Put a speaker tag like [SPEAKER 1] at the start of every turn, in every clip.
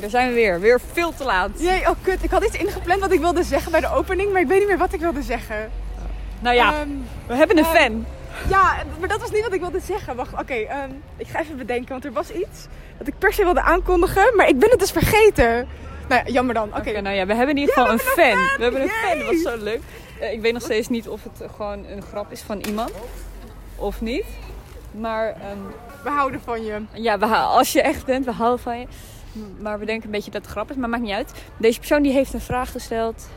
[SPEAKER 1] daar zijn we weer. Weer veel te laat.
[SPEAKER 2] Jee, oh kut. Ik had iets ingepland wat ik wilde zeggen bij de opening, maar ik weet niet meer wat ik wilde zeggen.
[SPEAKER 1] Nou ja,
[SPEAKER 2] Ehm,
[SPEAKER 1] we hebben een
[SPEAKER 2] ehm,
[SPEAKER 1] fan.
[SPEAKER 2] ja, maar dat was niet wat ik wilde zeggen. Wacht, oké. ehm, ik ga even bedenken, want er was iets dat ik per se wilde aankondigen, maar ik ben het dus vergeten. Nou ja, jammer dan. Oké.
[SPEAKER 1] Oké, nou ja, we hebben in ieder
[SPEAKER 2] Ja,
[SPEAKER 1] geval
[SPEAKER 2] we
[SPEAKER 1] een
[SPEAKER 2] hebben
[SPEAKER 1] fan.
[SPEAKER 2] een fan.
[SPEAKER 1] We hebben een fan,
[SPEAKER 2] Yay.
[SPEAKER 1] wat zo leuk. Eh, ik weet nog steeds niet of het eh, gewoon een grap is van iemand of niet. Maar ehm,
[SPEAKER 2] We houden van je.
[SPEAKER 1] ja, we, hou- als je echt bent, we houden van je. M- Maar we denken een beetje dat het grap is, maar maakt niet uit. Deze persoon die heeft een vraag gesteld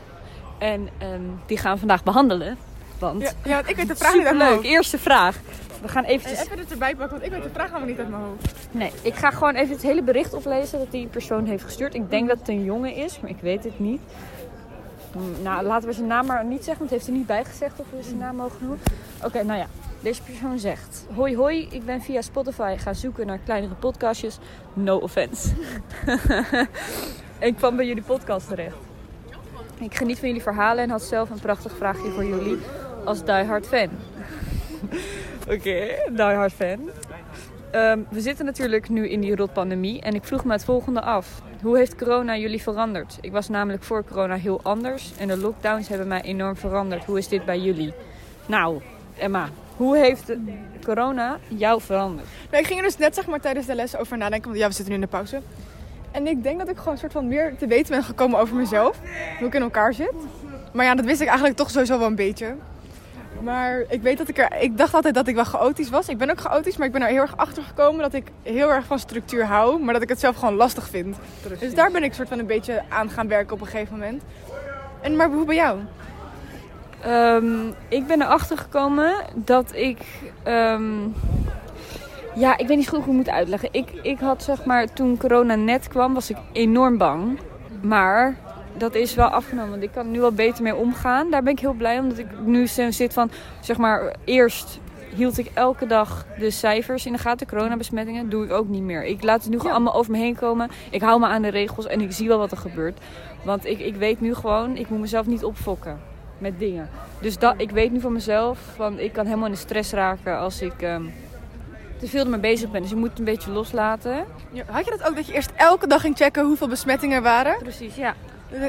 [SPEAKER 1] en ehm, die gaan we vandaag behandelen. Want
[SPEAKER 2] Ja, ja, want ik weet de vraag niet uit mijn
[SPEAKER 1] superleuk,
[SPEAKER 2] hoofd.
[SPEAKER 1] eerste vraag. We gaan
[SPEAKER 2] Hey,
[SPEAKER 1] eventjes
[SPEAKER 2] Eh, even het erbij pakken, want ik weet de vraag helemaal niet uit mijn hoofd.
[SPEAKER 1] Nee, ik ga gewoon even het hele bericht oplezen dat die persoon heeft gestuurd. Ik denk dat het een jongen is, maar ik weet het niet. Hm, Nou, laten we zijn naam maar niet zeggen, want heeft hij niet bijgezegd of we zijn naam mogen noemen. Oké, nou ja. Deze persoon zegt... Hoi, hoi, ik ben via Spotify gaan zoeken naar kleinere podcastjes. No offense. ik kwam bij jullie podcast terecht. Ik geniet van jullie verhalen en had zelf een prachtig vraagje voor jullie als diehard fan. Oké, diehard fan. Ehm, we zitten natuurlijk nu in die rotpandemie en ik vroeg me het volgende af. Hoe heeft corona jullie veranderd? Ik was namelijk voor corona heel anders en de lockdowns hebben mij enorm veranderd. Hoe is dit bij jullie? Nou, Emma, hoe heeft de- corona jou veranderd?
[SPEAKER 2] Nee, ik ging er dus net zeg maar tijdens de les over nadenken, want ja, we zitten nu in de pauze. En ik denk dat ik gewoon een soort van meer te weten ben gekomen over mezelf, hoe ik in elkaar zit. Maar ja, dat wist ik eigenlijk toch sowieso wel een beetje. Maar ik weet dat ik er, ik dacht altijd dat ik wel chaotisch was. Ik ben ook chaotisch, maar ik ben er heel erg achter gekomen dat ik heel erg van structuur hou, maar dat ik het zelf gewoon lastig vind. Dus daar ben ik soort van een beetje aan gaan werken op een gegeven moment. En maar hoe bij jou?
[SPEAKER 1] Ehm, ik ben erachter gekomen dat ik. ehm, ja, ik weet niet goed hoe ik het moet uitleggen. Ik, ik had zeg maar toen corona net kwam, was ik enorm bang. Maar dat is wel afgenomen, want ik kan er nu wel beter mee omgaan. Daar ben ik heel blij om, omdat ik nu zo zit van zeg maar eerst. Hield ik elke dag de cijfers in de gaten, coronabesmettingen, doe ik ook niet meer. Ik laat het nu gewoon
[SPEAKER 2] Ja.
[SPEAKER 1] allemaal over me heen komen. Ik hou me aan de regels en ik zie wel wat er gebeurt. Want ik, ik weet nu gewoon, ik moet mezelf niet opfokken met dingen. Dus dat, ik weet nu van mezelf, van, ik kan helemaal in de stress raken als ik ehm, te veel ermee bezig ben. Dus je moet het een beetje loslaten.
[SPEAKER 2] Ja, Had je dat ook dat je eerst elke dag ging checken hoeveel besmettingen er waren?
[SPEAKER 1] Precies, ja.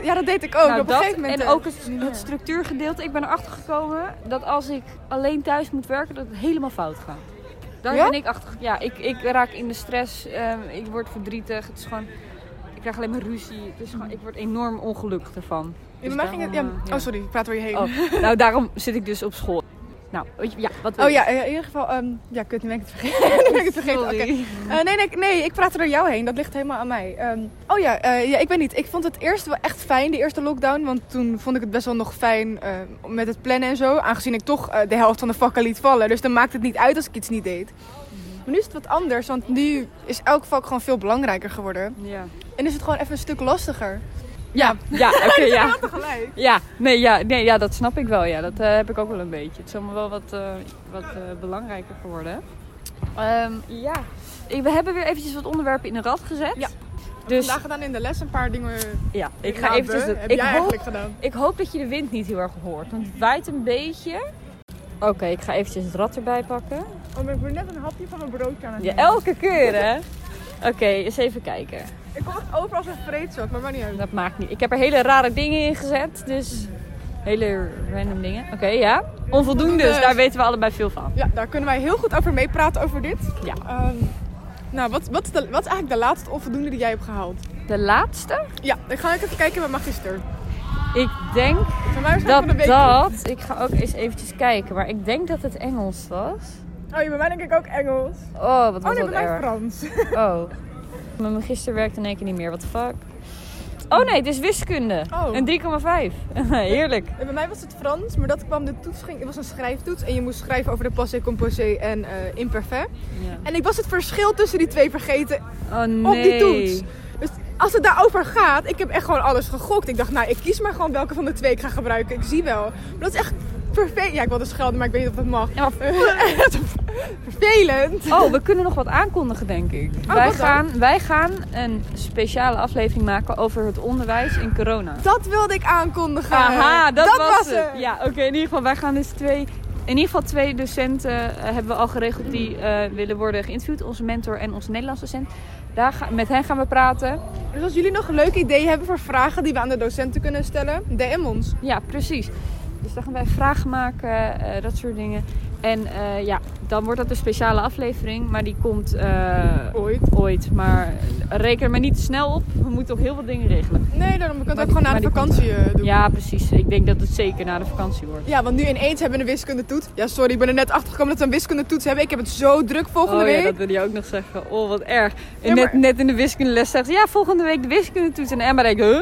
[SPEAKER 2] Ja, dat deed ik ook.
[SPEAKER 1] Nou,
[SPEAKER 2] Oh, op een
[SPEAKER 1] dat
[SPEAKER 2] gegeven moment.
[SPEAKER 1] en
[SPEAKER 2] eh,
[SPEAKER 1] ook het, het structuurgedeelte. Ik ben erachter gekomen dat als ik alleen thuis moet werken, dat het helemaal fout gaat. Daar
[SPEAKER 2] Ja?
[SPEAKER 1] ben ik achter. Ja, ik, ik raak in de stress. ehm, ik word verdrietig. Het is gewoon... Ik krijg alleen maar ruzie. Het is gewoon, ik word enorm ongelukkig ervan.
[SPEAKER 2] Ja,
[SPEAKER 1] Dus
[SPEAKER 2] bij mij ging het, ja,
[SPEAKER 1] daarom, eh, ja.
[SPEAKER 2] Oh, sorry, ik praat door je heen. Oh,
[SPEAKER 1] Oh, nou, daarom zit ik dus op school. Nou, weet je- ja, wat wil je?
[SPEAKER 2] ja, eh, in ieder geval. ehm, ja, kut, nu ben ik het vergeten. nu ben ik het vergeten.
[SPEAKER 1] Sorry.
[SPEAKER 2] oké. Eh, nee, nee, nee, ik praat er door jou heen. Dat ligt helemaal aan mij. Ehm, oh ja, eh, ja, ik weet niet. Ik vond het eerst wel echt fijn, de eerste lockdown. Want toen vond ik het best wel nog fijn eh, met het plannen en zo. Aangezien ik toch eh, de helft van de vakken liet vallen. Dus dan maakt het niet uit als ik iets niet deed. Maar nu is het wat anders, want nu is elk vak gewoon veel belangrijker geworden.
[SPEAKER 1] Ja,
[SPEAKER 2] En is het gewoon even een stuk lastiger.
[SPEAKER 1] ja, ja oké, ja.
[SPEAKER 2] Tegelijk.
[SPEAKER 1] Ja, nee, ja, nee, ja, dat snap ik wel. Ja, dat eh, heb ik ook wel een beetje. Het is allemaal wel wat, eh, wat eh, belangrijker geworden. Ehm, ja, Ik- we hebben weer eventjes wat onderwerpen in een rad gezet.
[SPEAKER 2] Ja.
[SPEAKER 1] Dus
[SPEAKER 2] Vandaag gedaan in de les een paar dingen.
[SPEAKER 1] ja, ik ga
[SPEAKER 2] hebben.
[SPEAKER 1] eventjes... de-
[SPEAKER 2] Heb
[SPEAKER 1] ik,
[SPEAKER 2] jij
[SPEAKER 1] hoop,
[SPEAKER 2] eigenlijk gedaan?
[SPEAKER 1] ik hoop dat je de wind niet heel erg hoort, want het waait een beetje. Oké, ik ga eventjes het rad erbij pakken.
[SPEAKER 2] Oh, maar ik ben net een hapje van mijn broodje aan het
[SPEAKER 1] Ja,
[SPEAKER 2] nemen.
[SPEAKER 1] elke keer, hè? Oké, eens even kijken.
[SPEAKER 2] Ik kom echt over als een vreedzak, maar maakt niet uit.
[SPEAKER 1] Dat maakt niet. Ik heb er hele rare dingen in gezet, dus hele random dingen. Oké, ja. Onvoldoende, dus daar weten we allebei veel van.
[SPEAKER 2] Ja, daar kunnen wij heel goed over meepraten over dit.
[SPEAKER 1] Ja.
[SPEAKER 2] Ehm, nou, wat, wat, is de, wat is eigenlijk de laatste onvoldoende die jij hebt gehaald?
[SPEAKER 1] De laatste?
[SPEAKER 2] Ja, dan ga ik even kijken bij magister.
[SPEAKER 1] Ik denk
[SPEAKER 2] Voor mij was het
[SPEAKER 1] dat
[SPEAKER 2] van een week.
[SPEAKER 1] dat... Ik ga ook eens eventjes kijken, maar ik denk dat het Engels was.
[SPEAKER 2] Oh, ja, bij mij denk ik ook Engels.
[SPEAKER 1] Oh, wat
[SPEAKER 2] Oh
[SPEAKER 1] was
[SPEAKER 2] nee,
[SPEAKER 1] dat
[SPEAKER 2] bij mij
[SPEAKER 1] erg.
[SPEAKER 2] Frans.
[SPEAKER 1] Oh. Mijn magister werkt in één keer niet meer, what the fuck. Oh nee, het is wiskunde.
[SPEAKER 2] Oh.
[SPEAKER 1] Een 3,5. Heerlijk.
[SPEAKER 2] En bij mij was het Frans, maar dat kwam de toets ging. Het was een schrijftoets en je moest schrijven over de passé, composé en eh, imperfect. En ik was het verschil tussen die twee vergeten
[SPEAKER 1] Oh nee.
[SPEAKER 2] op die toets. Dus als het daarover gaat, ik heb echt gewoon alles gegokt. Ik dacht, nou, ik kies maar gewoon welke van de twee ik ga gebruiken. Ik zie wel. Maar dat is echt vervelend. Ja, ik wilde schelden, maar ik weet niet of dat mag.
[SPEAKER 1] Ja, maar
[SPEAKER 2] Vervelend.
[SPEAKER 1] Oh, we kunnen nog wat aankondigen, denk ik. wij,
[SPEAKER 2] Oh, wat dan?
[SPEAKER 1] gaan, wij gaan een speciale aflevering maken over het onderwijs in corona.
[SPEAKER 2] Dat wilde ik aankondigen.
[SPEAKER 1] Aha, Eh, dat, was, het.
[SPEAKER 2] het.
[SPEAKER 1] Ja, oké, in ieder geval, wij gaan dus twee. In ieder geval twee docenten eh, hebben we al geregeld die eh, willen worden geïnterviewd. Onze mentor en onze Nederlands docent. Daar ga- met hen gaan we praten.
[SPEAKER 2] Dus als jullie nog een leuk idee hebben voor vragen die we aan de docenten kunnen stellen, DM ons.
[SPEAKER 1] Ja, precies. Dus dan gaan wij vragen maken, eh, dat soort dingen. En eh, ja, dan wordt dat een speciale aflevering. Maar die komt eh,
[SPEAKER 2] Ooit.
[SPEAKER 1] ooit. Maar reken er maar niet te snel op. We moeten nog heel wat dingen regelen.
[SPEAKER 2] Nee, daarom. We kunnen het
[SPEAKER 1] Maar
[SPEAKER 2] ook
[SPEAKER 1] die-
[SPEAKER 2] gewoon na de
[SPEAKER 1] maar die
[SPEAKER 2] vakantie eh, doen.
[SPEAKER 1] Ja, precies. Ik denk dat het zeker na de vakantie wordt.
[SPEAKER 2] Ja, want nu ineens hebben we een wiskundetoets. Ja, sorry, ik ben er net achter gekomen dat we een wiskundetoets hebben. Ik heb het zo druk volgende
[SPEAKER 1] oh ja,
[SPEAKER 2] week.
[SPEAKER 1] dat wil je ook nog zeggen. Oh, wat erg. En
[SPEAKER 2] Ja,
[SPEAKER 1] net,
[SPEAKER 2] maar-
[SPEAKER 1] net in de wiskundeles zegt ze, ja, volgende week de wiskundetoets. En Emma denkt, huh?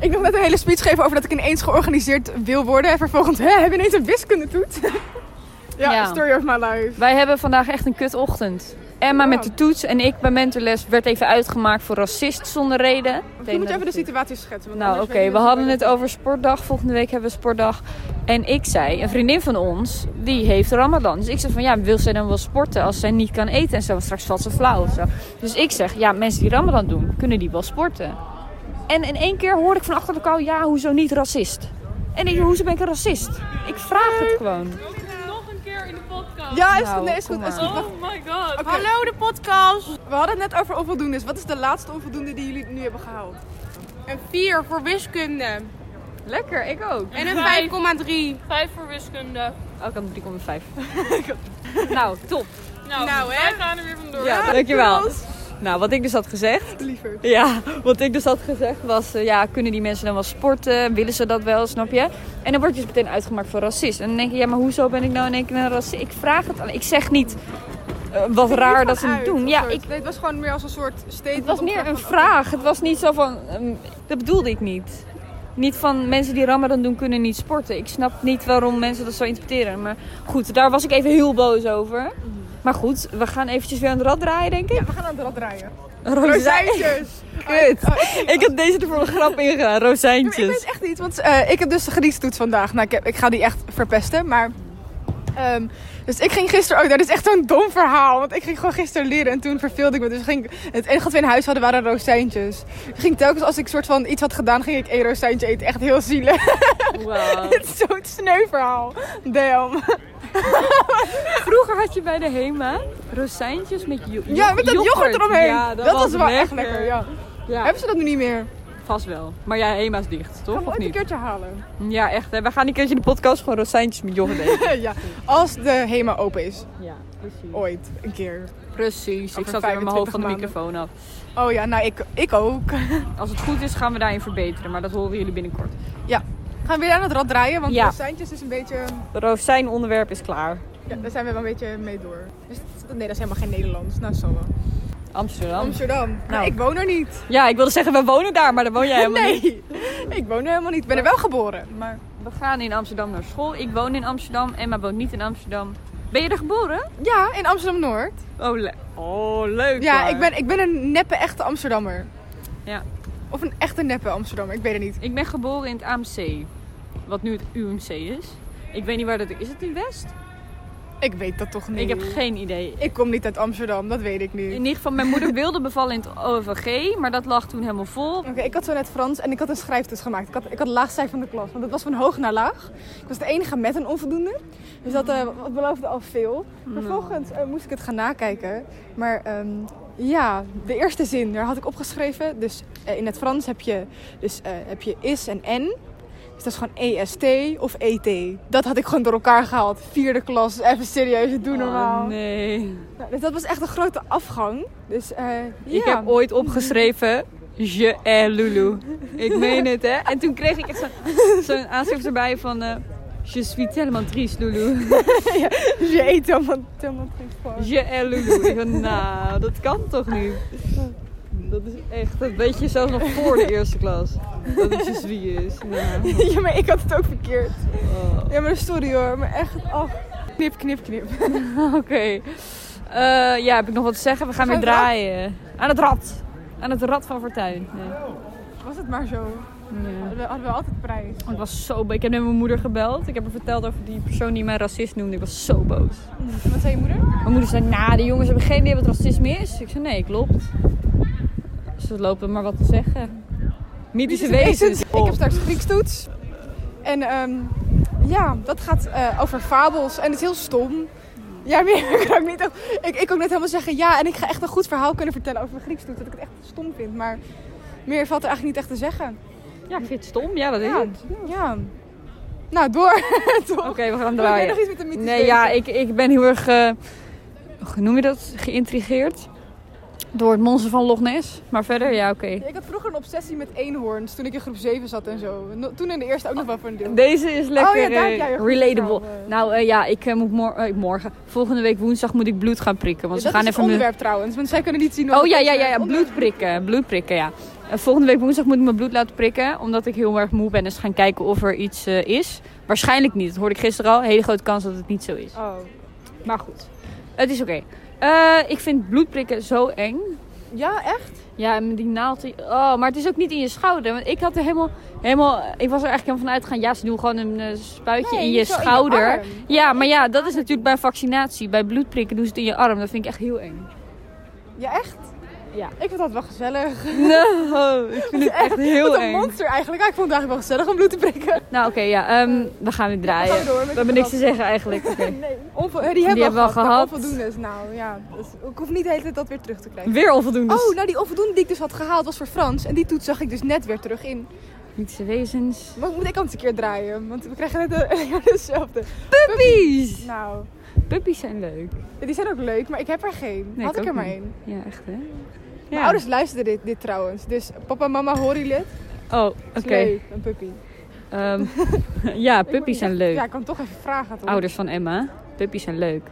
[SPEAKER 2] Ik nog net een hele speech geven over dat ik ineens georganiseerd wil worden. En vervolgens, hè, heb je ineens een wiskundetoets? ja,
[SPEAKER 1] Ja.
[SPEAKER 2] story of my life.
[SPEAKER 1] Wij hebben vandaag echt een kutochtend. Emma
[SPEAKER 2] Ja.
[SPEAKER 1] met de toets en ik bij mentorles werd even uitgemaakt voor racist zonder reden.
[SPEAKER 2] Je moet even de situatie schetsen. want
[SPEAKER 1] Nou, oké,
[SPEAKER 2] anders weet ik
[SPEAKER 1] we
[SPEAKER 2] niet
[SPEAKER 1] hadden
[SPEAKER 2] hoe-
[SPEAKER 1] het over sportdag. Volgende week hebben we sportdag. En ik zei, een vriendin van ons, die heeft Ramadan. Dus ik zei van, ja, wil zij dan wel sporten als zij niet kan eten en zo? Want straks valt ze flauw of zo. Dus ik zeg, ja, mensen die Ramadan doen, kunnen die wel sporten? En in één keer hoorde ik van achter de kou, ja, hoezo niet racist? En ik, hoezo ben ik een racist? Ik vraag het gewoon.
[SPEAKER 3] Nog een keer in de podcast.
[SPEAKER 2] Ja, is
[SPEAKER 1] Nou,
[SPEAKER 2] goed. Nee, is goed.
[SPEAKER 1] kom
[SPEAKER 2] Is goed.
[SPEAKER 1] maar.
[SPEAKER 2] Wacht,
[SPEAKER 3] Oh my god.
[SPEAKER 2] Oké.
[SPEAKER 3] Hallo de podcast.
[SPEAKER 2] We hadden het net over onvoldoendes. Wat is de laatste onvoldoende die jullie nu hebben gehaald?
[SPEAKER 4] Een 4 voor wiskunde.
[SPEAKER 1] Lekker, ik ook.
[SPEAKER 4] En
[SPEAKER 3] Vijf.
[SPEAKER 4] een 5,3.
[SPEAKER 3] Vijf voor wiskunde.
[SPEAKER 1] Oh, ik had een 3,5. nou, top.
[SPEAKER 3] Nou,
[SPEAKER 4] Nou, hè?
[SPEAKER 3] wij gaan er weer vandoor.
[SPEAKER 1] Ja, dankjewel. Nou, wat ik dus had gezegd,
[SPEAKER 2] Liever.
[SPEAKER 1] Ja, wat ik dus had gezegd was, eh, ja, kunnen die mensen dan wel sporten? Willen ze dat wel, snap je? En dan word je dus meteen uitgemaakt voor racist. En dan denk je, ja, maar hoezo ben ik nou in één keer een racist? Ik vraag het, alleen. ik zeg niet eh, wat raar dat ze het doen. Ja, ik,
[SPEAKER 2] Nee, het was gewoon meer als een soort statement.
[SPEAKER 1] het was
[SPEAKER 2] om
[SPEAKER 1] meer
[SPEAKER 2] van-
[SPEAKER 1] een vraag. Het was niet zo van, ehm, dat bedoelde ik niet. Niet van mensen die ramadan doen kunnen niet sporten. Ik snap niet waarom mensen dat zo interpreteren. Maar goed, daar was ik even heel boos over. Maar goed, we gaan eventjes weer aan het rad draaien, denk ik.
[SPEAKER 2] Ja, we gaan aan het rad draaien.
[SPEAKER 1] Rozijntjes.
[SPEAKER 2] Rozijntjes.
[SPEAKER 1] Kut.
[SPEAKER 2] Oh, ik-
[SPEAKER 1] Ik had deze er voor een grap in gedaan.
[SPEAKER 2] Ja, maar ik
[SPEAKER 1] Rozijntjes.
[SPEAKER 2] weet echt niet, want eh, ik heb dus de genietstoets vandaag. Nou, ik, heb, ik ga die echt verpesten, maar... ehm, dus ik ging gisteren ook, dat is echt zo'n dom verhaal. Want ik ging gewoon gisteren leren en toen verveelde ik me. Dus ging, ik- het enige wat we in huis hadden waren rozijntjes. Ik ging telkens als ik soort van iets had gedaan, ging ik één rozijntje eten. Echt heel zielig.
[SPEAKER 1] Wauw.
[SPEAKER 2] Het is zo'n sneu verhaal. Damn.
[SPEAKER 1] Vroeger had je bij de Hema rozijntjes met jo-
[SPEAKER 2] Ja, met dat yoghurt, eromheen.
[SPEAKER 1] Ja,
[SPEAKER 2] dat, was wel echt lekker, ja.
[SPEAKER 1] Ja,
[SPEAKER 2] Hebben ze dat nu niet meer?
[SPEAKER 1] vast wel. Maar ja, Hema is dicht,
[SPEAKER 2] Gaan
[SPEAKER 1] toch?
[SPEAKER 2] we
[SPEAKER 1] Of
[SPEAKER 2] ooit een
[SPEAKER 1] niet?
[SPEAKER 2] keertje halen.
[SPEAKER 1] Ja, echt. Hè. We gaan een keertje in de podcast gewoon rozijntjes met yoghurt eten.
[SPEAKER 2] ja, als de HEMA open is.
[SPEAKER 1] ja, precies.
[SPEAKER 2] Ooit, een keer.
[SPEAKER 1] Oh, Precies. Ik
[SPEAKER 2] Over
[SPEAKER 1] zat weer met mijn hoofd van de
[SPEAKER 2] 25
[SPEAKER 1] microfoon af.
[SPEAKER 2] Oh ja, nou ik, ik ook.
[SPEAKER 1] Als het goed is, gaan we daarin verbeteren. Maar dat horen jullie binnenkort.
[SPEAKER 2] Gaan we weer aan het rad draaien, want
[SPEAKER 1] Ja.
[SPEAKER 2] ja. rozijntjes is een beetje...
[SPEAKER 1] Het rozijnonderwerp is klaar.
[SPEAKER 2] Ja, daar zijn we wel een beetje mee door. Dus, nee, dat is helemaal geen Nederlands. Nou, zo wel.
[SPEAKER 1] Amsterdam.
[SPEAKER 2] Amsterdam. Nou,
[SPEAKER 1] Nou.
[SPEAKER 2] ik woon er niet.
[SPEAKER 1] Ja, ik wilde zeggen, we wonen daar, maar daar woon jij helemaal niet.
[SPEAKER 2] Nee, ik woon er helemaal niet. Ik ben er wel geboren. Maar
[SPEAKER 1] We gaan in Amsterdam naar school. Ik woon in Amsterdam. Emma woont niet in Amsterdam. Ben je er geboren?
[SPEAKER 2] ja, in Amsterdam-Noord.
[SPEAKER 1] Oh, le- oh leuk.
[SPEAKER 2] Ja,
[SPEAKER 1] hoor.
[SPEAKER 2] ik ben, ik ben een neppe echte Amsterdammer.
[SPEAKER 1] Ja.
[SPEAKER 2] Of een echte neppe Amsterdammer, ik weet het niet.
[SPEAKER 1] Ik ben geboren in het AMC. Wat nu het UMC is. Ik weet niet waar dat is. Is het in West?
[SPEAKER 2] Ik weet dat toch niet.
[SPEAKER 1] Ik heb geen idee.
[SPEAKER 2] Ik kom niet uit Amsterdam, dat weet ik nu.
[SPEAKER 1] In ieder geval, mijn moeder wilde bevallen in het OVG, maar dat lag toen helemaal vol.
[SPEAKER 2] Oké, ik had zo net Frans en ik had een schrijftest gemaakt. Ik had, ik had laagcijfer van de klas, want het was van hoog naar laag. Ik was de enige met een onvoldoende. Dus dat eh, wat beloofde al veel.
[SPEAKER 1] Nou.
[SPEAKER 2] Vervolgens eh, moest ik het gaan nakijken. Maar ehm, ja, de eerste zin, daar had ik opgeschreven. Dus eh, in het Frans heb je, dus, eh, heb je is en en. Dus dat is gewoon EST of ET. Dat had ik gewoon door elkaar gehaald. Vierde klas, even serieus, doe normaal.
[SPEAKER 1] Oh, nee.
[SPEAKER 2] Nou, dus dat was echt een grote afgang. Dus eh, ja.
[SPEAKER 1] Ik heb ooit opgeschreven. Je en Lulu. Ik meen het, hè? En toen kreeg ik echt zo'n zo'n aanschrift erbij van. eh, Je suis tellement triste, Lulu.
[SPEAKER 2] Je eet helemaal, helemaal geen voor.
[SPEAKER 1] Je en Lulu. Ik van, nou, dat kan toch niet? Dat is echt, dat weet je zelfs nog voor de eerste klas. Dat het je suis is. Nou,
[SPEAKER 2] Ja, maar ik had het ook verkeerd.
[SPEAKER 1] oh.
[SPEAKER 2] Ja, maar sorry hoor. Maar echt, oh. Knip, knip, knip.
[SPEAKER 1] Oké. Eh, ja, heb ik nog wat te zeggen? We gaan,
[SPEAKER 2] Gaan
[SPEAKER 1] weer
[SPEAKER 2] we aan?
[SPEAKER 1] draaien. Aan het rad. Aan het rad van Fortuin. Nee.
[SPEAKER 2] Was het maar zo.
[SPEAKER 1] Ja.
[SPEAKER 2] We hadden we altijd prijs.
[SPEAKER 1] Ik was zo boos. Ik heb net mijn moeder gebeld. Ik heb haar verteld over die persoon die mij racist noemde. Ik was zo boos.
[SPEAKER 2] Wat zei je moeder?
[SPEAKER 1] Mijn moeder zei, nou, die jongens hebben geen idee wat racisme is. Ik zei, nee, klopt. Ze lopen maar wat te zeggen. Mythische wezens.
[SPEAKER 2] Ik heb straks Grieks toets. En ehm, ja, dat gaat eh, over fabels. En het is heel stom. Ja, meer kan ik niet. echt- Ik, ik kan net helemaal zeggen ja. En ik ga echt een goed verhaal kunnen vertellen over mijn Grieks. Dat ik het echt stom vind. Maar meer valt er eigenlijk niet echt te zeggen.
[SPEAKER 1] Ja, ik vind het stom. Ja, dat is
[SPEAKER 2] Ja.
[SPEAKER 1] het.
[SPEAKER 2] Ja. Nou, door.
[SPEAKER 1] Oké, we gaan
[SPEAKER 2] Wil jij
[SPEAKER 1] draaien.
[SPEAKER 2] nog iets met de mythische
[SPEAKER 1] Nee, ja, ik, ik ben heel erg, eh, hoe noem je dat, geïntrigeerd door het monster van Loch Ness. Maar verder, ja, oké.
[SPEAKER 2] Ja, Ik had vroeger een obsessie met eenhoorns toen ik in groep 7 zat en zo. No- Toen in de eerste ook nog wel voor een deel.
[SPEAKER 1] Deze is
[SPEAKER 2] Oh ja,
[SPEAKER 1] lekker
[SPEAKER 2] daar heb
[SPEAKER 1] eh,
[SPEAKER 2] jij een goed
[SPEAKER 1] relatable.
[SPEAKER 2] verhaal, eh.
[SPEAKER 1] Nou eh, ja, ik eh, moet mor- eh, morgen, volgende week woensdag moet ik bloed gaan prikken.
[SPEAKER 2] Ja,
[SPEAKER 1] Want
[SPEAKER 2] dat
[SPEAKER 1] we gaan
[SPEAKER 2] is het
[SPEAKER 1] even... mijn-
[SPEAKER 2] onderwerp trouwens, want zij kunnen niet zien... wat eh,
[SPEAKER 1] Oh
[SPEAKER 2] het
[SPEAKER 1] ja, ja,
[SPEAKER 2] onderwerp
[SPEAKER 1] ja, ja,
[SPEAKER 2] onder-
[SPEAKER 1] bloed prikken, bloed prikken, ja. Eh, volgende week woensdag moet ik mijn bloed laten prikken, omdat ik heel erg moe ben. Dus gaan kijken of er iets eh, is. Waarschijnlijk niet, dat hoorde ik gisteren al. Hele grote kans dat het niet zo is.
[SPEAKER 2] Oh.
[SPEAKER 1] Maar goed, het is oké. Eh, ik vind bloedprikken zo eng.
[SPEAKER 2] Ja, echt?
[SPEAKER 1] Ja, en met die naald. die- Oh, maar het is ook niet in je schouder. Want ik had er helemaal, helemaal. Ik was er eigenlijk helemaal van uitgegaan. Ja, ze doen gewoon een eh, spuitje
[SPEAKER 2] Nee,
[SPEAKER 1] in je
[SPEAKER 2] zo in je
[SPEAKER 1] schouder.
[SPEAKER 2] arm.
[SPEAKER 1] ja, maar ja, dat is natuurlijk bij vaccinatie. Bij bloedprikken doen ze het in je arm. Dat vind ik echt heel eng.
[SPEAKER 2] Ja, echt?
[SPEAKER 1] Ja.
[SPEAKER 2] Ik vond dat wel gezellig.
[SPEAKER 1] No, ik vind het echt heel
[SPEAKER 2] Wat een
[SPEAKER 1] eng.
[SPEAKER 2] monster eigenlijk. Ja, ik vond het eigenlijk wel gezellig om bloed te prikken.
[SPEAKER 1] Nou, oké, ja. ehm, we gaan weer draaien.
[SPEAKER 2] gaan we door met
[SPEAKER 1] we
[SPEAKER 2] de
[SPEAKER 1] hebben niks te
[SPEAKER 2] grap.
[SPEAKER 1] zeggen eigenlijk. Oké.
[SPEAKER 2] Nee. Onvo- eh, die hebben
[SPEAKER 1] hebben we
[SPEAKER 2] we al gehad. maar
[SPEAKER 1] gehad.
[SPEAKER 2] Onvoldoende is nou, ja. Dus ik hoef niet de hele tijd dat weer terug te krijgen.
[SPEAKER 1] Weer onvoldoende.
[SPEAKER 2] Oh, nou die onvoldoende die ik dus had gehaald was voor Frans. En die toets zag ik dus net weer terug in.
[SPEAKER 1] Niets wezens.
[SPEAKER 2] Maar moet ik anders een keer draaien? Want we krijgen net de- dezelfde.
[SPEAKER 1] Puppies!
[SPEAKER 2] Nou,
[SPEAKER 1] Puppies zijn leuk.
[SPEAKER 2] ja, die zijn ook leuk, maar ik heb er geen.
[SPEAKER 1] Nee,
[SPEAKER 2] had
[SPEAKER 1] ik
[SPEAKER 2] ik er
[SPEAKER 1] ook
[SPEAKER 2] maar
[SPEAKER 1] niet.
[SPEAKER 2] één.
[SPEAKER 1] Ja, echt hè?
[SPEAKER 2] Mijn
[SPEAKER 1] Ja.
[SPEAKER 2] ouders luisteren dit, dit trouwens. Dus papa en mama horen jullie het?
[SPEAKER 1] Oh, oké.
[SPEAKER 2] Is Leuk, een puppy.
[SPEAKER 1] Ehm, ja, puppies zijn leuk.
[SPEAKER 2] Ja, ik kan toch even vragen toch?
[SPEAKER 1] Ouders van Emma. Puppies zijn leuk.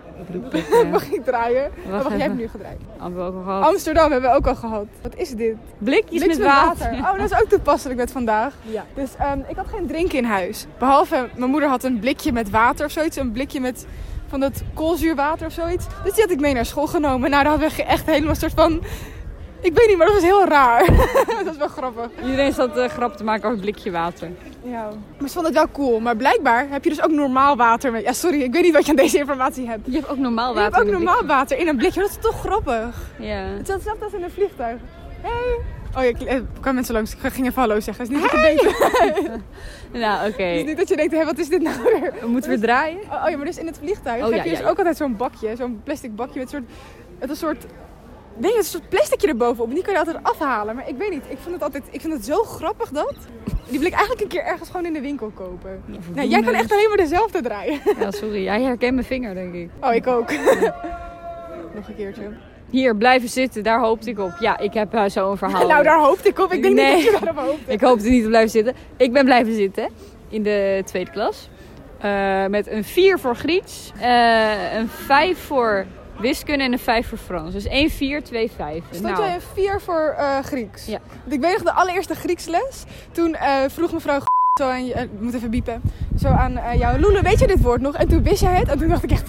[SPEAKER 2] Mag ik draaien? Oh, Wacht, jij
[SPEAKER 1] even.
[SPEAKER 2] hebt nu gedraaid.
[SPEAKER 1] Hebben we ook al gehad.
[SPEAKER 2] Amsterdam hebben we ook al gehad. Wat is dit?
[SPEAKER 1] eh, Oh, Blikjes
[SPEAKER 2] Niks
[SPEAKER 1] met water.
[SPEAKER 2] Oh, dat is ook toepasselijk met vandaag.
[SPEAKER 1] Ja.
[SPEAKER 2] Dus ehm, ik had geen drinken in huis. Behalve, mijn moeder had een blikje met water of zoiets. Een blikje met van dat koolzuurwater of zoiets. Dus die had ik mee naar school genomen. Nou, daar hadden we ge- echt helemaal een soort van... Ik weet niet, maar dat was heel raar. dat was wel grappig.
[SPEAKER 1] Iedereen zat eh, grap te maken over een blikje water.
[SPEAKER 2] Ja. Maar ze vond het wel cool. Maar blijkbaar heb je dus ook normaal water. Met... Ja, sorry, ik weet niet wat je aan deze informatie hebt.
[SPEAKER 1] Je hebt ook normaal
[SPEAKER 2] Je hebt
[SPEAKER 1] water.
[SPEAKER 2] ook
[SPEAKER 1] in een
[SPEAKER 2] normaal
[SPEAKER 1] blikje.
[SPEAKER 2] water in een blikje. Dat is toch grappig?
[SPEAKER 1] Ja.
[SPEAKER 2] Het is hetzelfde als in een vliegtuig. Hey. Oh, ja, ik eh, kwam mensen langs. Ik ging even hallo zeggen. Het is niet dat je denkt, het
[SPEAKER 1] Nou, oké.
[SPEAKER 2] is niet dat je denkt, hé, wat is dit nou weer?
[SPEAKER 1] Moeten we draaien?
[SPEAKER 2] Oh, oh ja, maar dus in het vliegtuig
[SPEAKER 1] Oh,
[SPEAKER 2] heb
[SPEAKER 1] ja,
[SPEAKER 2] je dus
[SPEAKER 1] ja, ja.
[SPEAKER 2] ook altijd zo'n bakje. Zo'n plastic bakje met soort, met een soort... Nee, een soort plasticje erbovenop. En die kan je altijd afhalen. Maar ik weet niet. Ik vind het altijd... Ik vind het zo grappig dat... Die wil ik eigenlijk een keer ergens gewoon in de winkel kopen. Nou, jij kan echt alleen maar dezelfde draaien.
[SPEAKER 1] Ja, sorry. Jij herkent mijn vinger, denk ik.
[SPEAKER 2] Oh, ik ook. Nog een keertje.
[SPEAKER 1] Hier, blijven zitten. Daar hoopte ik op. Ja, ik heb eh, zo'n verhaal.
[SPEAKER 2] Nou, daar hoopte ik op. Ik denk
[SPEAKER 1] Nee.
[SPEAKER 2] niet dat je daarop hoopte.
[SPEAKER 1] Ik hoopte niet te blijven zitten. Ik ben blijven zitten in de tweede klas. Eh, met een 4 voor Grieks, eh, een 5 voor wiskunde en een 5 voor Frans. Dus 1, 4, 2, 5.
[SPEAKER 2] Stond jij een 4 voor eh, Grieks?
[SPEAKER 1] Nou. Ja.
[SPEAKER 2] Want ik weet nog de allereerste Grieksles. Toen eh, vroeg mevrouw zo aan je, eh, ik moet even biepen, zo aan eh, jou, Loele, weet je dit woord nog? En toen wist jij het en toen dacht ik echt,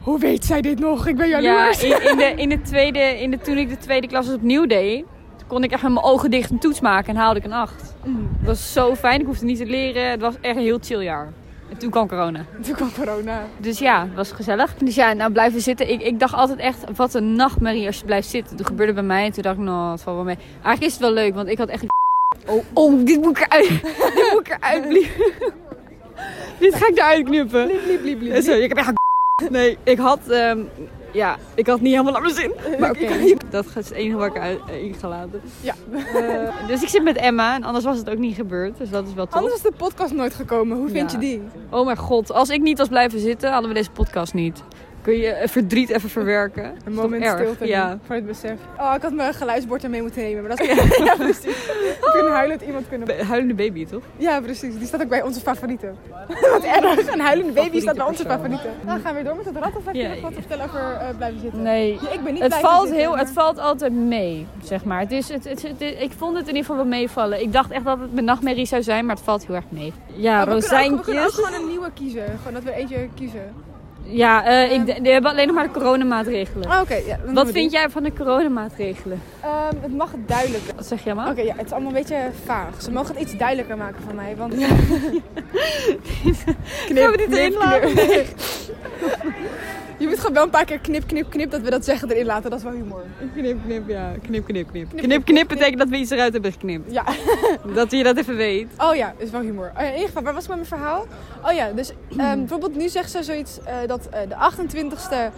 [SPEAKER 2] hoe weet zij dit nog? Ik ben
[SPEAKER 1] ja,
[SPEAKER 2] jaloers.
[SPEAKER 1] in, in de, in de tweede, in de, toen ik de tweede klas opnieuw deed, kon ik echt met mijn ogen dicht een toets maken en haalde ik een 8.
[SPEAKER 2] Mm.
[SPEAKER 1] Dat was zo fijn, ik hoefde niet te leren. Het was echt een heel chill jaar. En toen kwam corona.
[SPEAKER 2] Toen kwam corona.
[SPEAKER 1] Dus ja, het was gezellig. Dus ja, nou blijven zitten. Ik, ik dacht altijd echt, wat een nachtmerrie als je blijft zitten. Toen gebeurde bij mij en toen dacht ik, nou, het valt wel mee. Eigenlijk is het wel leuk, want ik had echt een Oh, oh, dit moet ik eruit. dit moet ik eruit bliepen. dit ga ik eruit knippen.
[SPEAKER 2] Bliep, bliep, bliep.
[SPEAKER 1] Eh, Sorry, ik heb echt een Nee, ik had, ehm, ja, ik had niet helemaal naar mijn zin. Maar oké, dat is het enige wat ik uit, eh, ingelaten.
[SPEAKER 2] Ja.
[SPEAKER 1] Eh, dus ik zit met Emma en anders was het ook niet gebeurd. Dus dat is wel tof.
[SPEAKER 2] Anders was de podcast nooit gekomen. Hoe vind
[SPEAKER 1] Ja.
[SPEAKER 2] je die?
[SPEAKER 1] Oh mijn god, als ik niet was blijven zitten, hadden we deze podcast niet. Kun je eh, verdriet even verwerken? Dat is
[SPEAKER 2] Een
[SPEAKER 1] toch
[SPEAKER 2] moment
[SPEAKER 1] erg?
[SPEAKER 2] stilte
[SPEAKER 1] Ja.
[SPEAKER 2] voor het besef. Oh, ik had mijn geluidsbord ermee moeten nemen, maar dat is... ja, precies. Ik ben huilend iemand kunnen...
[SPEAKER 1] Be- huilende baby, toch?
[SPEAKER 2] Ja, precies. Die staat ook bij onze favorieten. Wat erg. Een huilende baby staat bij onze favorieten. Nou, gaan we weer door met het rad of heb je
[SPEAKER 1] Ja,
[SPEAKER 2] nog wat
[SPEAKER 1] ja.
[SPEAKER 2] te vertellen over eh, blijven zitten?
[SPEAKER 1] Nee.
[SPEAKER 2] Ja, ik ben niet
[SPEAKER 1] Het
[SPEAKER 2] blijven
[SPEAKER 1] valt,
[SPEAKER 2] zitten,
[SPEAKER 1] heel,
[SPEAKER 2] maar-
[SPEAKER 1] het valt altijd mee, zeg maar. Het is, het, het, het- ik vond het in ieder geval wel meevallen. Ik dacht echt dat het mijn nachtmerrie zou zijn, maar het valt heel erg mee. Ja,
[SPEAKER 2] Oh, we kunnen ook- We kunnen ook
[SPEAKER 1] rozijntjes.
[SPEAKER 2] gewoon een nieuwe kiezen. Gewoon dat we eentje kiezen.
[SPEAKER 1] Ja, eh ik, d- die hebben alleen nog maar de coronamaatregelen.
[SPEAKER 2] Ah, oké. ja, dan doen
[SPEAKER 1] Wat
[SPEAKER 2] we
[SPEAKER 1] vind
[SPEAKER 2] die.
[SPEAKER 1] jij van de coronamaatregelen?
[SPEAKER 2] Ehm, het mag duidelijker.
[SPEAKER 1] Wat zeg jij,
[SPEAKER 2] Oké,
[SPEAKER 1] maar?
[SPEAKER 2] ja, het is allemaal een beetje vaag. Ze mogen het iets duidelijker maken van mij, want...
[SPEAKER 1] Gaan we dit erin laten?
[SPEAKER 2] Je moet gewoon wel een paar keer knip, knip, knip dat we dat zeggen erin laten. Dat is wel humor.
[SPEAKER 1] Knip, knip, ja. Knip, knip, knip. Knip, knip betekent dat we iets eruit hebben geknipt.
[SPEAKER 2] Ja.
[SPEAKER 1] Dat je dat even weet.
[SPEAKER 2] Oh ja, is wel humor. Oh ja, in ieder geval, waar was ik met mijn verhaal? Oh ja, dus ehm, bijvoorbeeld nu zegt ze zoiets eh, dat eh, de 28 e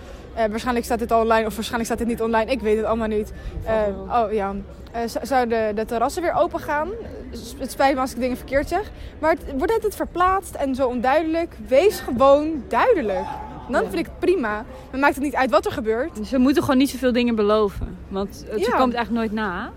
[SPEAKER 2] waarschijnlijk staat dit al online of waarschijnlijk staat dit niet online. Ik weet het allemaal niet. Eh, oh ja. Eh, z- zouden de terrassen weer open gaan? S- Het spijt me als ik dingen verkeerd zeg. Maar het wordt net het verplaatst en zo onduidelijk. Wees gewoon duidelijk. Dan vind ik het prima. Dan maakt het niet uit wat er gebeurt.
[SPEAKER 1] Ze moeten gewoon niet zoveel dingen beloven. Want het- ze
[SPEAKER 2] Ja.
[SPEAKER 1] komt eigenlijk nooit na.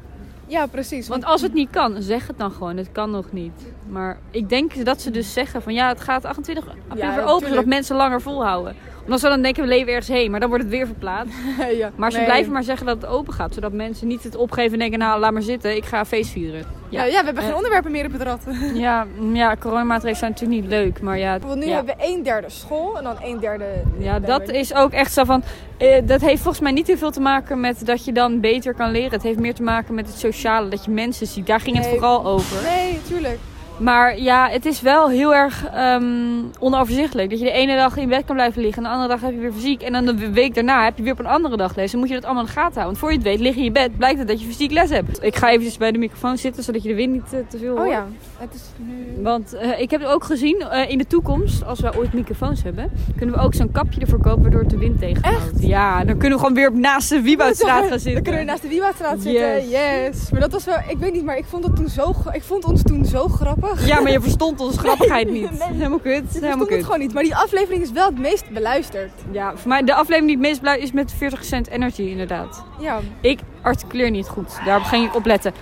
[SPEAKER 2] Ja, precies.
[SPEAKER 1] Want als het niet kan, zeg het dan gewoon. Het kan nog niet. Maar ik denk dat ze dus zeggen van ja, het gaat 28 april
[SPEAKER 2] Ja,
[SPEAKER 1] weer open. Zodat
[SPEAKER 2] tuurlijk.
[SPEAKER 1] mensen langer volhouden. Omdat ze dan denken we leven ergens heen. Maar dan wordt het weer verplaatst.
[SPEAKER 2] ja.
[SPEAKER 1] Maar ze
[SPEAKER 2] Nee.
[SPEAKER 1] blijven maar zeggen dat het open gaat. Zodat mensen niet het opgeven en denken nou laat maar zitten. Ik ga een feest vieren.
[SPEAKER 2] Ja, ja, we hebben geen
[SPEAKER 1] Eh.
[SPEAKER 2] onderwerpen meer op het rad.
[SPEAKER 1] Ja, mm, ja coronamaatregelen zijn natuurlijk niet leuk, maar ja...
[SPEAKER 2] Want nu
[SPEAKER 1] ja.
[SPEAKER 2] hebben we een derde school en dan een derde. eh,
[SPEAKER 1] Ja, dat is ook echt zo van... eh, dat heeft volgens mij niet heel veel te maken met dat je dan beter kan leren. Het heeft meer te maken met het sociale, dat je mensen ziet. Daar ging het
[SPEAKER 2] Nee.
[SPEAKER 1] vooral over.
[SPEAKER 2] Nee, tuurlijk.
[SPEAKER 1] Maar ja, het is wel heel erg ehm, onoverzichtelijk. Dat je de ene dag in bed kan blijven liggen en de andere dag heb je weer fysiek. En dan de week daarna heb je weer op een andere dag les. Dan moet je dat allemaal in de gaten houden. Want voor je het weet lig je in je bed, blijkt het dat je fysiek les hebt. Ik ga eventjes bij de microfoon zitten, zodat je de wind niet eh, te veel
[SPEAKER 2] Oh
[SPEAKER 1] hoort.
[SPEAKER 2] ja, het is nu.
[SPEAKER 1] Want eh, ik heb ook gezien, eh, in de toekomst, als wij ooit microfoons hebben, kunnen we ook zo'n kapje ervoor kopen waardoor het de wind tegenhoudt. Ja, dan kunnen we gewoon weer op- naast de Wieboudstraat gaan
[SPEAKER 2] Oh, Dan
[SPEAKER 1] zitten.
[SPEAKER 2] kunnen we naast de Wiewaardstraat zitten. Yes. Maar dat was wel, ik weet niet, maar ik vond, het toen zo, gra- ik vond ons toen zo grappig.
[SPEAKER 1] Ja, maar je verstond onze grappigheid niet. Helemaal kut,
[SPEAKER 2] Ik
[SPEAKER 1] helemaal
[SPEAKER 2] vond het
[SPEAKER 1] kut.
[SPEAKER 2] gewoon niet. Maar die aflevering is wel het meest beluisterd.
[SPEAKER 1] Ja, voor mij de aflevering die het meest blij is met 40 cent energy inderdaad.
[SPEAKER 2] Ja.
[SPEAKER 1] Ik articuleer niet goed, daarop ging ik opletten.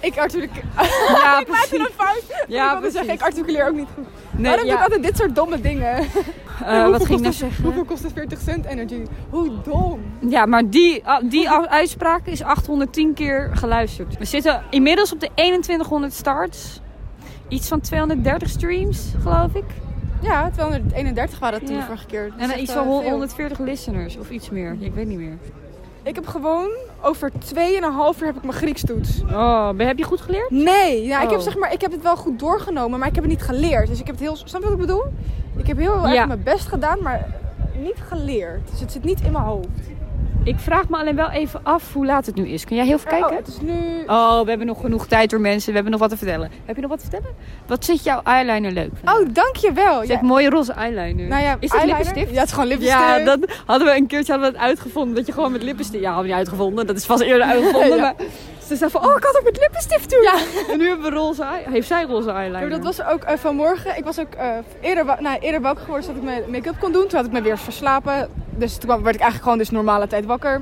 [SPEAKER 2] Ik natuurlijk.
[SPEAKER 1] Ja, precies. Ja,
[SPEAKER 2] ik, wilde zeggen, ik
[SPEAKER 1] precies.
[SPEAKER 2] articuleer ook niet goed.
[SPEAKER 1] Nee,
[SPEAKER 2] Waarom doe ik
[SPEAKER 1] ja.
[SPEAKER 2] altijd dit soort domme dingen?
[SPEAKER 1] Eh,
[SPEAKER 2] Hoeveel
[SPEAKER 1] wat ging ik nou
[SPEAKER 2] kost het-
[SPEAKER 1] zeggen?
[SPEAKER 2] Hoeveel kost het 40 cent energy? Hoe dom.
[SPEAKER 1] Ja, maar die, ah, die af- uitspraak is 810 keer geluisterd. We zitten inmiddels op de 2100 starts. Iets van 230 streams, geloof ik.
[SPEAKER 2] Ja, 231 waren het toen
[SPEAKER 1] Ja.
[SPEAKER 2] de vorige keer. Dat is
[SPEAKER 1] En dan
[SPEAKER 2] echt,
[SPEAKER 1] iets
[SPEAKER 2] eh,
[SPEAKER 1] van hon-
[SPEAKER 2] veel.
[SPEAKER 1] 140 listeners of iets meer. Ik weet niet meer.
[SPEAKER 2] Ik heb gewoon over 2,5 uur heb ik mijn Grieks toets.
[SPEAKER 1] Oh, ben- heb je goed geleerd?
[SPEAKER 2] Nee, ja, ik, heb,
[SPEAKER 1] Oh.
[SPEAKER 2] zeg maar, ik heb het wel goed doorgenomen, maar ik heb het niet geleerd. Dus ik heb het heel. Snap je wat ik bedoel? Ik heb heel erg
[SPEAKER 1] Ja.
[SPEAKER 2] mijn best gedaan, maar niet geleerd. Dus het zit niet in mijn hoofd.
[SPEAKER 1] Ik vraag me alleen wel even af hoe laat het nu is. Kun jij heel even
[SPEAKER 2] Oh,
[SPEAKER 1] kijken?
[SPEAKER 2] het is nu.
[SPEAKER 1] Oh, we hebben nog genoeg tijd door mensen. We hebben nog wat te vertellen. Heb je nog wat te vertellen? Wat zit jouw eyeliner leuk?
[SPEAKER 2] Oh, dankjewel.
[SPEAKER 1] Je hebt mooie roze eyeliner.
[SPEAKER 2] Nou ja,
[SPEAKER 1] is dat
[SPEAKER 2] eyeliner?
[SPEAKER 1] lippenstift?
[SPEAKER 2] Ja, het is gewoon lippenstift.
[SPEAKER 1] Ja, dat hadden we een keertje hadden we het uitgevonden. Dat je gewoon met lippenstift... Ja, hadden we niet uitgevonden. Dat is vast eerder uitgevonden.
[SPEAKER 2] Ja.
[SPEAKER 1] Maar ze zei van, oh, ik had ook met lippenstift toen.
[SPEAKER 2] Ja.
[SPEAKER 1] En nu hebben we roze eye- Heeft zij roze eyeliner?
[SPEAKER 2] Ja, maar dat was ook eh, vanmorgen. Ik was ook eh, eerder, wa- nou, eerder wakker geworden zodat ik mijn make-up kon doen. Toen had ik me weer verslapen. Dus toen kwam- werd ik eigenlijk gewoon dus normale tijd wakker.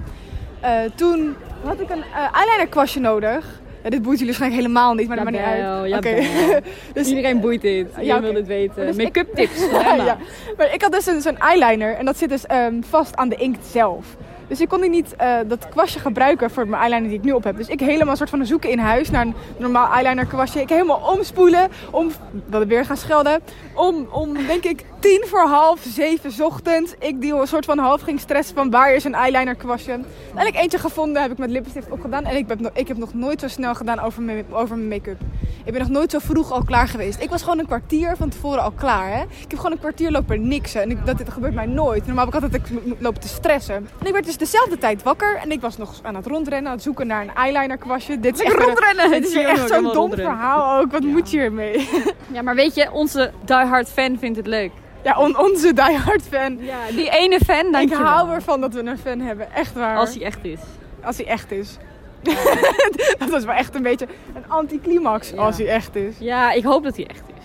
[SPEAKER 2] Eh, toen had ik een eh eyeliner kwastje nodig. Ja, dit boeit jullie waarschijnlijk helemaal niet, maar dat maakt niet
[SPEAKER 1] Jawel,
[SPEAKER 2] uit.
[SPEAKER 1] jawel.
[SPEAKER 2] dus
[SPEAKER 1] Iedereen boeit dit. Iedereen
[SPEAKER 2] oké.
[SPEAKER 1] wil dit weten.
[SPEAKER 2] Dus ik-
[SPEAKER 1] Make-up tips van
[SPEAKER 2] Ja,
[SPEAKER 1] Emma.
[SPEAKER 2] ja. Maar ik had dus een- zo'n eyeliner en dat zit dus ehm, vast aan de inkt zelf. Dus ik kon die niet eh, dat kwastje gebruiken voor mijn eyeliner die ik nu op heb. Dus ik helemaal een soort van zoeken in huis naar een normaal eyeliner kwastje. Ik helemaal omspoelen, om, wil weer gaan schelden. Om, om denk ik tien voor half zeven 's ochtends. Ik die een soort van half ging stressen van waar is een eyeliner kwastje. En ik eentje gevonden, heb ik met lippenstift opgedaan. En ik heb, no- ik heb nog nooit zo snel gedaan over mijn, over mijn make-up. Ik ben nog nooit zo vroeg al klaar geweest. Ik was gewoon een kwartier van tevoren al klaar. Hè? Ik heb gewoon een kwartier lopen niksen. En ik, dat, dit gebeurt mij nooit. Normaal heb ik altijd ik m- m- lopen te stressen. En ik werd dus dezelfde tijd wakker. En ik was nog aan het rondrennen. Aan het zoeken naar een eyeliner kwastje. Dit is echt, weer-
[SPEAKER 1] Rondrennen.
[SPEAKER 2] dit is weer echt zo'n dom verhaal ook. Wat
[SPEAKER 1] Ja.
[SPEAKER 2] moet je hiermee?
[SPEAKER 1] Ja, maar weet je, onze diehard fan vindt het leuk.
[SPEAKER 2] Ja, on- onze diehard fan.
[SPEAKER 1] Ja, die ene fan, dank
[SPEAKER 2] ik
[SPEAKER 1] je
[SPEAKER 2] hou
[SPEAKER 1] wel.
[SPEAKER 2] ervan dat we een fan hebben. Echt waar.
[SPEAKER 1] Als hij echt is.
[SPEAKER 2] Als hij echt is. dat was wel echt een beetje een anticlimax.
[SPEAKER 1] Ja.
[SPEAKER 2] Als hij echt is.
[SPEAKER 1] Ja, ik hoop dat hij echt is.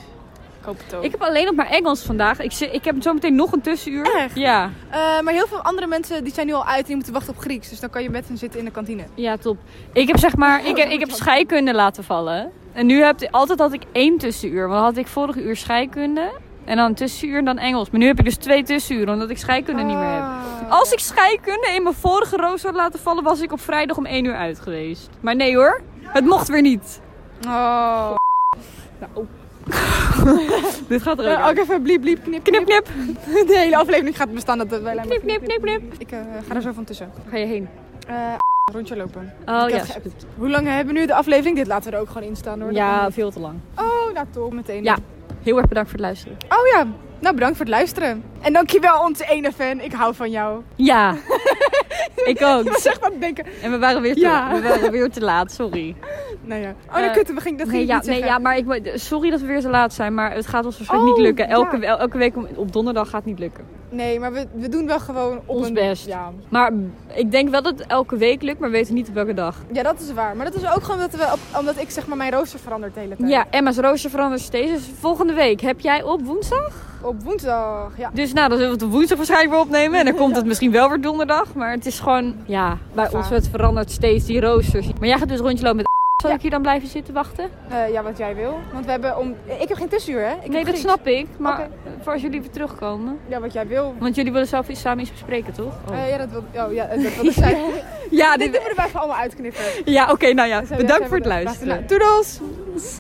[SPEAKER 2] Ik hoop het ook.
[SPEAKER 1] Ik heb alleen nog maar Engels vandaag. Ik, zit- ik heb zo meteen nog een tussenuur.
[SPEAKER 2] Echt?
[SPEAKER 1] Ja,
[SPEAKER 2] Eh, maar heel veel andere mensen die zijn nu al uit en die moeten wachten op Grieks. Dus dan kan je met hen zitten in de kantine.
[SPEAKER 1] ja, top. Ik heb zeg maar, ik heb, ik heb scheikunde laten vallen. En nu heb ik, altijd had ik één tussenuur. Want dan had ik vorige uur scheikunde. En dan een tussenuur en dan Engels. Maar nu heb ik dus twee tussenuren, omdat ik scheikunde niet meer
[SPEAKER 2] Oh,
[SPEAKER 1] Oh. heb.
[SPEAKER 2] Ah.
[SPEAKER 1] Als ik scheikunde in mijn vorige roos had laten vallen, was ik op vrijdag om één uur uit geweest. Maar nee hoor, het mocht weer niet.
[SPEAKER 2] Oh.
[SPEAKER 1] Dit gaat er ook
[SPEAKER 2] Eh,
[SPEAKER 1] uit.
[SPEAKER 2] ook even bliep, bliep, knip, knip.
[SPEAKER 1] Knip, knip.
[SPEAKER 2] De hele aflevering gaat bestaan dat wij alleen maar
[SPEAKER 1] Knip, knip, knip, knip.
[SPEAKER 2] Ik eh, ga er zo van tussen.
[SPEAKER 1] Ga je heen?
[SPEAKER 2] Eh, rondje lopen.
[SPEAKER 1] Oh
[SPEAKER 2] Ik
[SPEAKER 1] ja,
[SPEAKER 2] had
[SPEAKER 1] is
[SPEAKER 2] geappt.
[SPEAKER 1] goed.
[SPEAKER 2] Hoe lang hebben we nu de aflevering? Dit laten we er ook gewoon in staan hoor. Dat
[SPEAKER 1] ja,
[SPEAKER 2] kan
[SPEAKER 1] veel te lang.
[SPEAKER 2] niet. Oh, nou toch. Meteen.
[SPEAKER 1] Ja. Heel erg bedankt voor het luisteren.
[SPEAKER 2] Oh ja. Nou, bedankt voor het luisteren. En dankjewel onze ene fan. Ik hou van jou.
[SPEAKER 1] Ja, ik
[SPEAKER 2] Ik
[SPEAKER 1] ook.
[SPEAKER 2] was echt aan het denken.
[SPEAKER 1] En we waren weer te,
[SPEAKER 2] Ja.
[SPEAKER 1] we waren weer te laat, sorry.
[SPEAKER 2] Nou ja. Oh, dat
[SPEAKER 1] Eh,
[SPEAKER 2] kutten we. Ging, dat
[SPEAKER 1] Nee,
[SPEAKER 2] ging
[SPEAKER 1] ja,
[SPEAKER 2] ik niet
[SPEAKER 1] nee, ja,
[SPEAKER 2] zeggen.
[SPEAKER 1] maar ik, mo- sorry dat we weer te laat zijn, maar het gaat ons waarschijnlijk
[SPEAKER 2] Oh,
[SPEAKER 1] niet lukken. Elke,
[SPEAKER 2] ja.
[SPEAKER 1] el- elke week om- op donderdag gaat het niet lukken.
[SPEAKER 2] Nee, maar we, we doen wel gewoon op
[SPEAKER 1] Ons
[SPEAKER 2] een-
[SPEAKER 1] best.
[SPEAKER 2] Ja.
[SPEAKER 1] Maar ik denk wel dat het elke week lukt, maar we weten niet op welke dag.
[SPEAKER 2] ja, dat is waar. Maar dat is ook gewoon omdat, we op- omdat ik zeg maar mijn rooster verandert de hele tijd.
[SPEAKER 1] Ja, Emma's rooster verandert steeds. Dus volgende week heb jij op woensdag?
[SPEAKER 2] Op woensdag. Ja.
[SPEAKER 1] Dus nou, dan zullen we het op woensdag waarschijnlijk weer opnemen. En dan komt het misschien wel weer donderdag. Maar het is gewoon, ja, bij
[SPEAKER 2] Vaak.
[SPEAKER 1] ons het verandert steeds die roosters. Maar jij gaat dus rondje lopen met Zal ik hier dan blijven zitten wachten?
[SPEAKER 2] Eh, ja, wat jij wil. Want we hebben om... Ik heb geen tussenuur, hè? Ik
[SPEAKER 1] nee,
[SPEAKER 2] heb
[SPEAKER 1] dat
[SPEAKER 2] Grieks.
[SPEAKER 1] snap ik. Maar
[SPEAKER 2] Oké.
[SPEAKER 1] voor als jullie weer terugkomen.
[SPEAKER 2] Ja, wat jij wil.
[SPEAKER 1] Want jullie willen zelf iets samen iets bespreken, toch? Oh.
[SPEAKER 2] Eh, ja, dat wil... Oh, ja, dat wilde zij.
[SPEAKER 1] ja,
[SPEAKER 2] Dit
[SPEAKER 1] dit-
[SPEAKER 2] doen we erbij gewoon allemaal uitknippen.
[SPEAKER 1] ja oké, nou ja.
[SPEAKER 2] Zij- zij
[SPEAKER 1] Bedankt voor het
[SPEAKER 2] wilde-
[SPEAKER 1] luisteren.
[SPEAKER 2] Nou, Toedels!